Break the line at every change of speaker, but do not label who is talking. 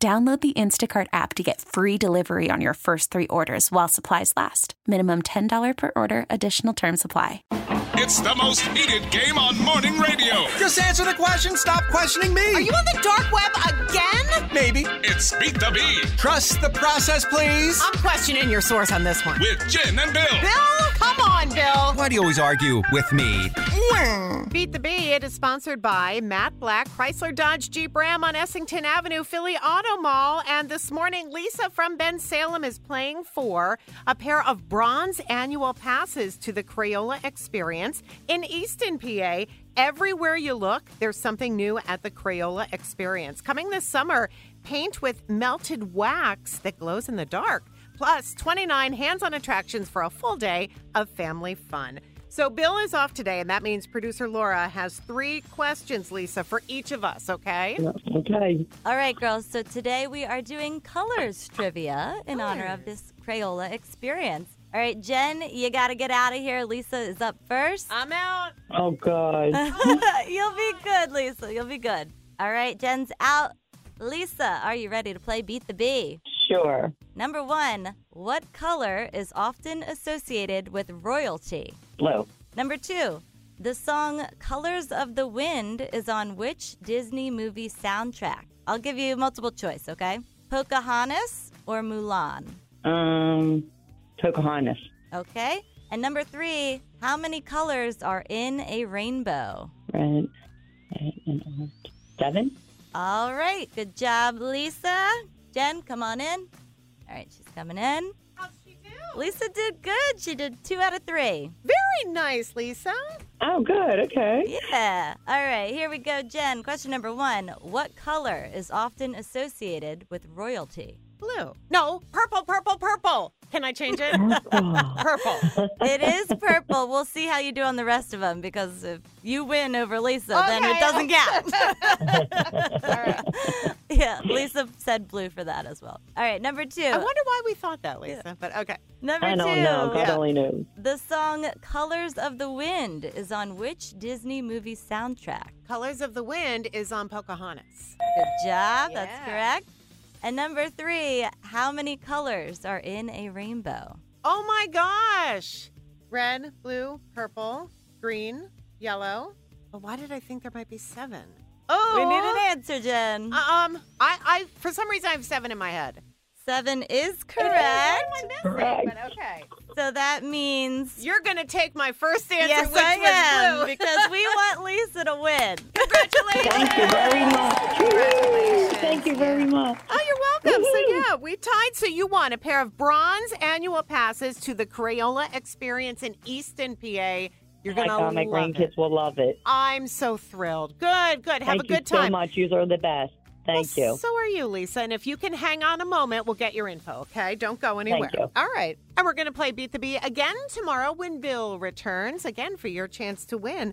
Download the Instacart app to get free delivery on your first three orders while supplies last. Minimum $10 per order, additional term supply.
It's the most heated game on morning radio.
Just answer the question. Stop questioning me.
Are you on the dark web again?
Maybe.
It's Beat the Bee
Trust the process, please.
I'm questioning your source on this one.
with Jen and Bill.
Bill, come on, Bill.
Why do you always argue with me?
Beat the Bee, it is sponsored by Matt Black, Chrysler Dodge Jeep Ram on Essington Avenue, Philly Auto Mall. And this morning, Lisa from Ben Salem is playing for a pair of bronze annual passes to the Crayola Experience in Easton, PA. Everywhere you look, there's something new at the Crayola Experience. Coming this summer, paint with melted wax that glows in the dark. plus 29 hands on attractions for a full day of family fun. So, Bill is off today, and that means producer Laura has three questions, Lisa, for each of us, okay?
Okay.
All right, girls. So today we are doing colors trivia in honor of this Crayola experience. All right, Jen, you got to get out of here. Lisa is up first.
I'm out.
Oh
Uh.
God.
You'll be good, Lisa. You'll be good. All right, Jen's out. Lisa, are you ready to play Beat the Bee?
Sure.
Number one, what color is often associated with royalty?
Blue.
Number two, the song Colors of the Wind is on which Disney movie soundtrack? I'll give you multiple choice, okay? Pocahontas or Mulan?
Um, Pocahontas.
Okay. And number three, how many colors are in a rainbow?
Red, red and orange. Seven.
All right. Good job, Lisa. Jen, come on in. All right, she's coming in.
How'd she do?
Lisa did good. She did two out of three.
Very nice, Lisa.
Oh, good. Okay.
Yeah. All right, here we go, Jen. Question number one What color is often associated with royalty?
Blue. No, purple, purple, purple. Can I change it?
Oh,
purple.
It is purple. We'll see how you do on the rest of them because if you win over Lisa, then
Okay.
it doesn't count. Yeah, Lisa said blue for that as well. All right, number two.
I wonder why we thought that, Lisa, but okay.
number
I
two.
don't know. God
Yeah.
only knows.
The song Colors of the Wind is on which Disney movie soundtrack?
Colors of the Wind is on Pocahontas.
Good
Yeah.
job. That's correct. And number three, how many colors are in a rainbow?
Oh my gosh. Red, blue, purple, green, yellow. But why did I think there might be seven? Oh,
We need an answer, Jen.
Um, I, I, for some reason, I have seven in my head.
Seven is correct.
What am I missing?
Correct.
But okay.
So that means
You're gonna take my first answer,
yes,
which
I
was
am
blue.
because we want Lisa to win.
Congratulations.
Thank you very much. Woo! Thank you very much.
Oh, you're welcome. So yeah, we tied. So you won a pair of bronze annual passes to the Crayola Experience in Easton, PA. You're
My
gonna
God, my
love
grandkids
it.
will love it.
I'm so thrilled. Good, good. Have
Thank
a good
you
time.
so much. You are the best. Thank
Well,
you.
So are you, Lisa. And if you can hang on a moment, we'll get your info, okay? Don't go anywhere.
you.
All right. And we're going to play Beat the Bee again tomorrow when Bill returns, again for your chance to win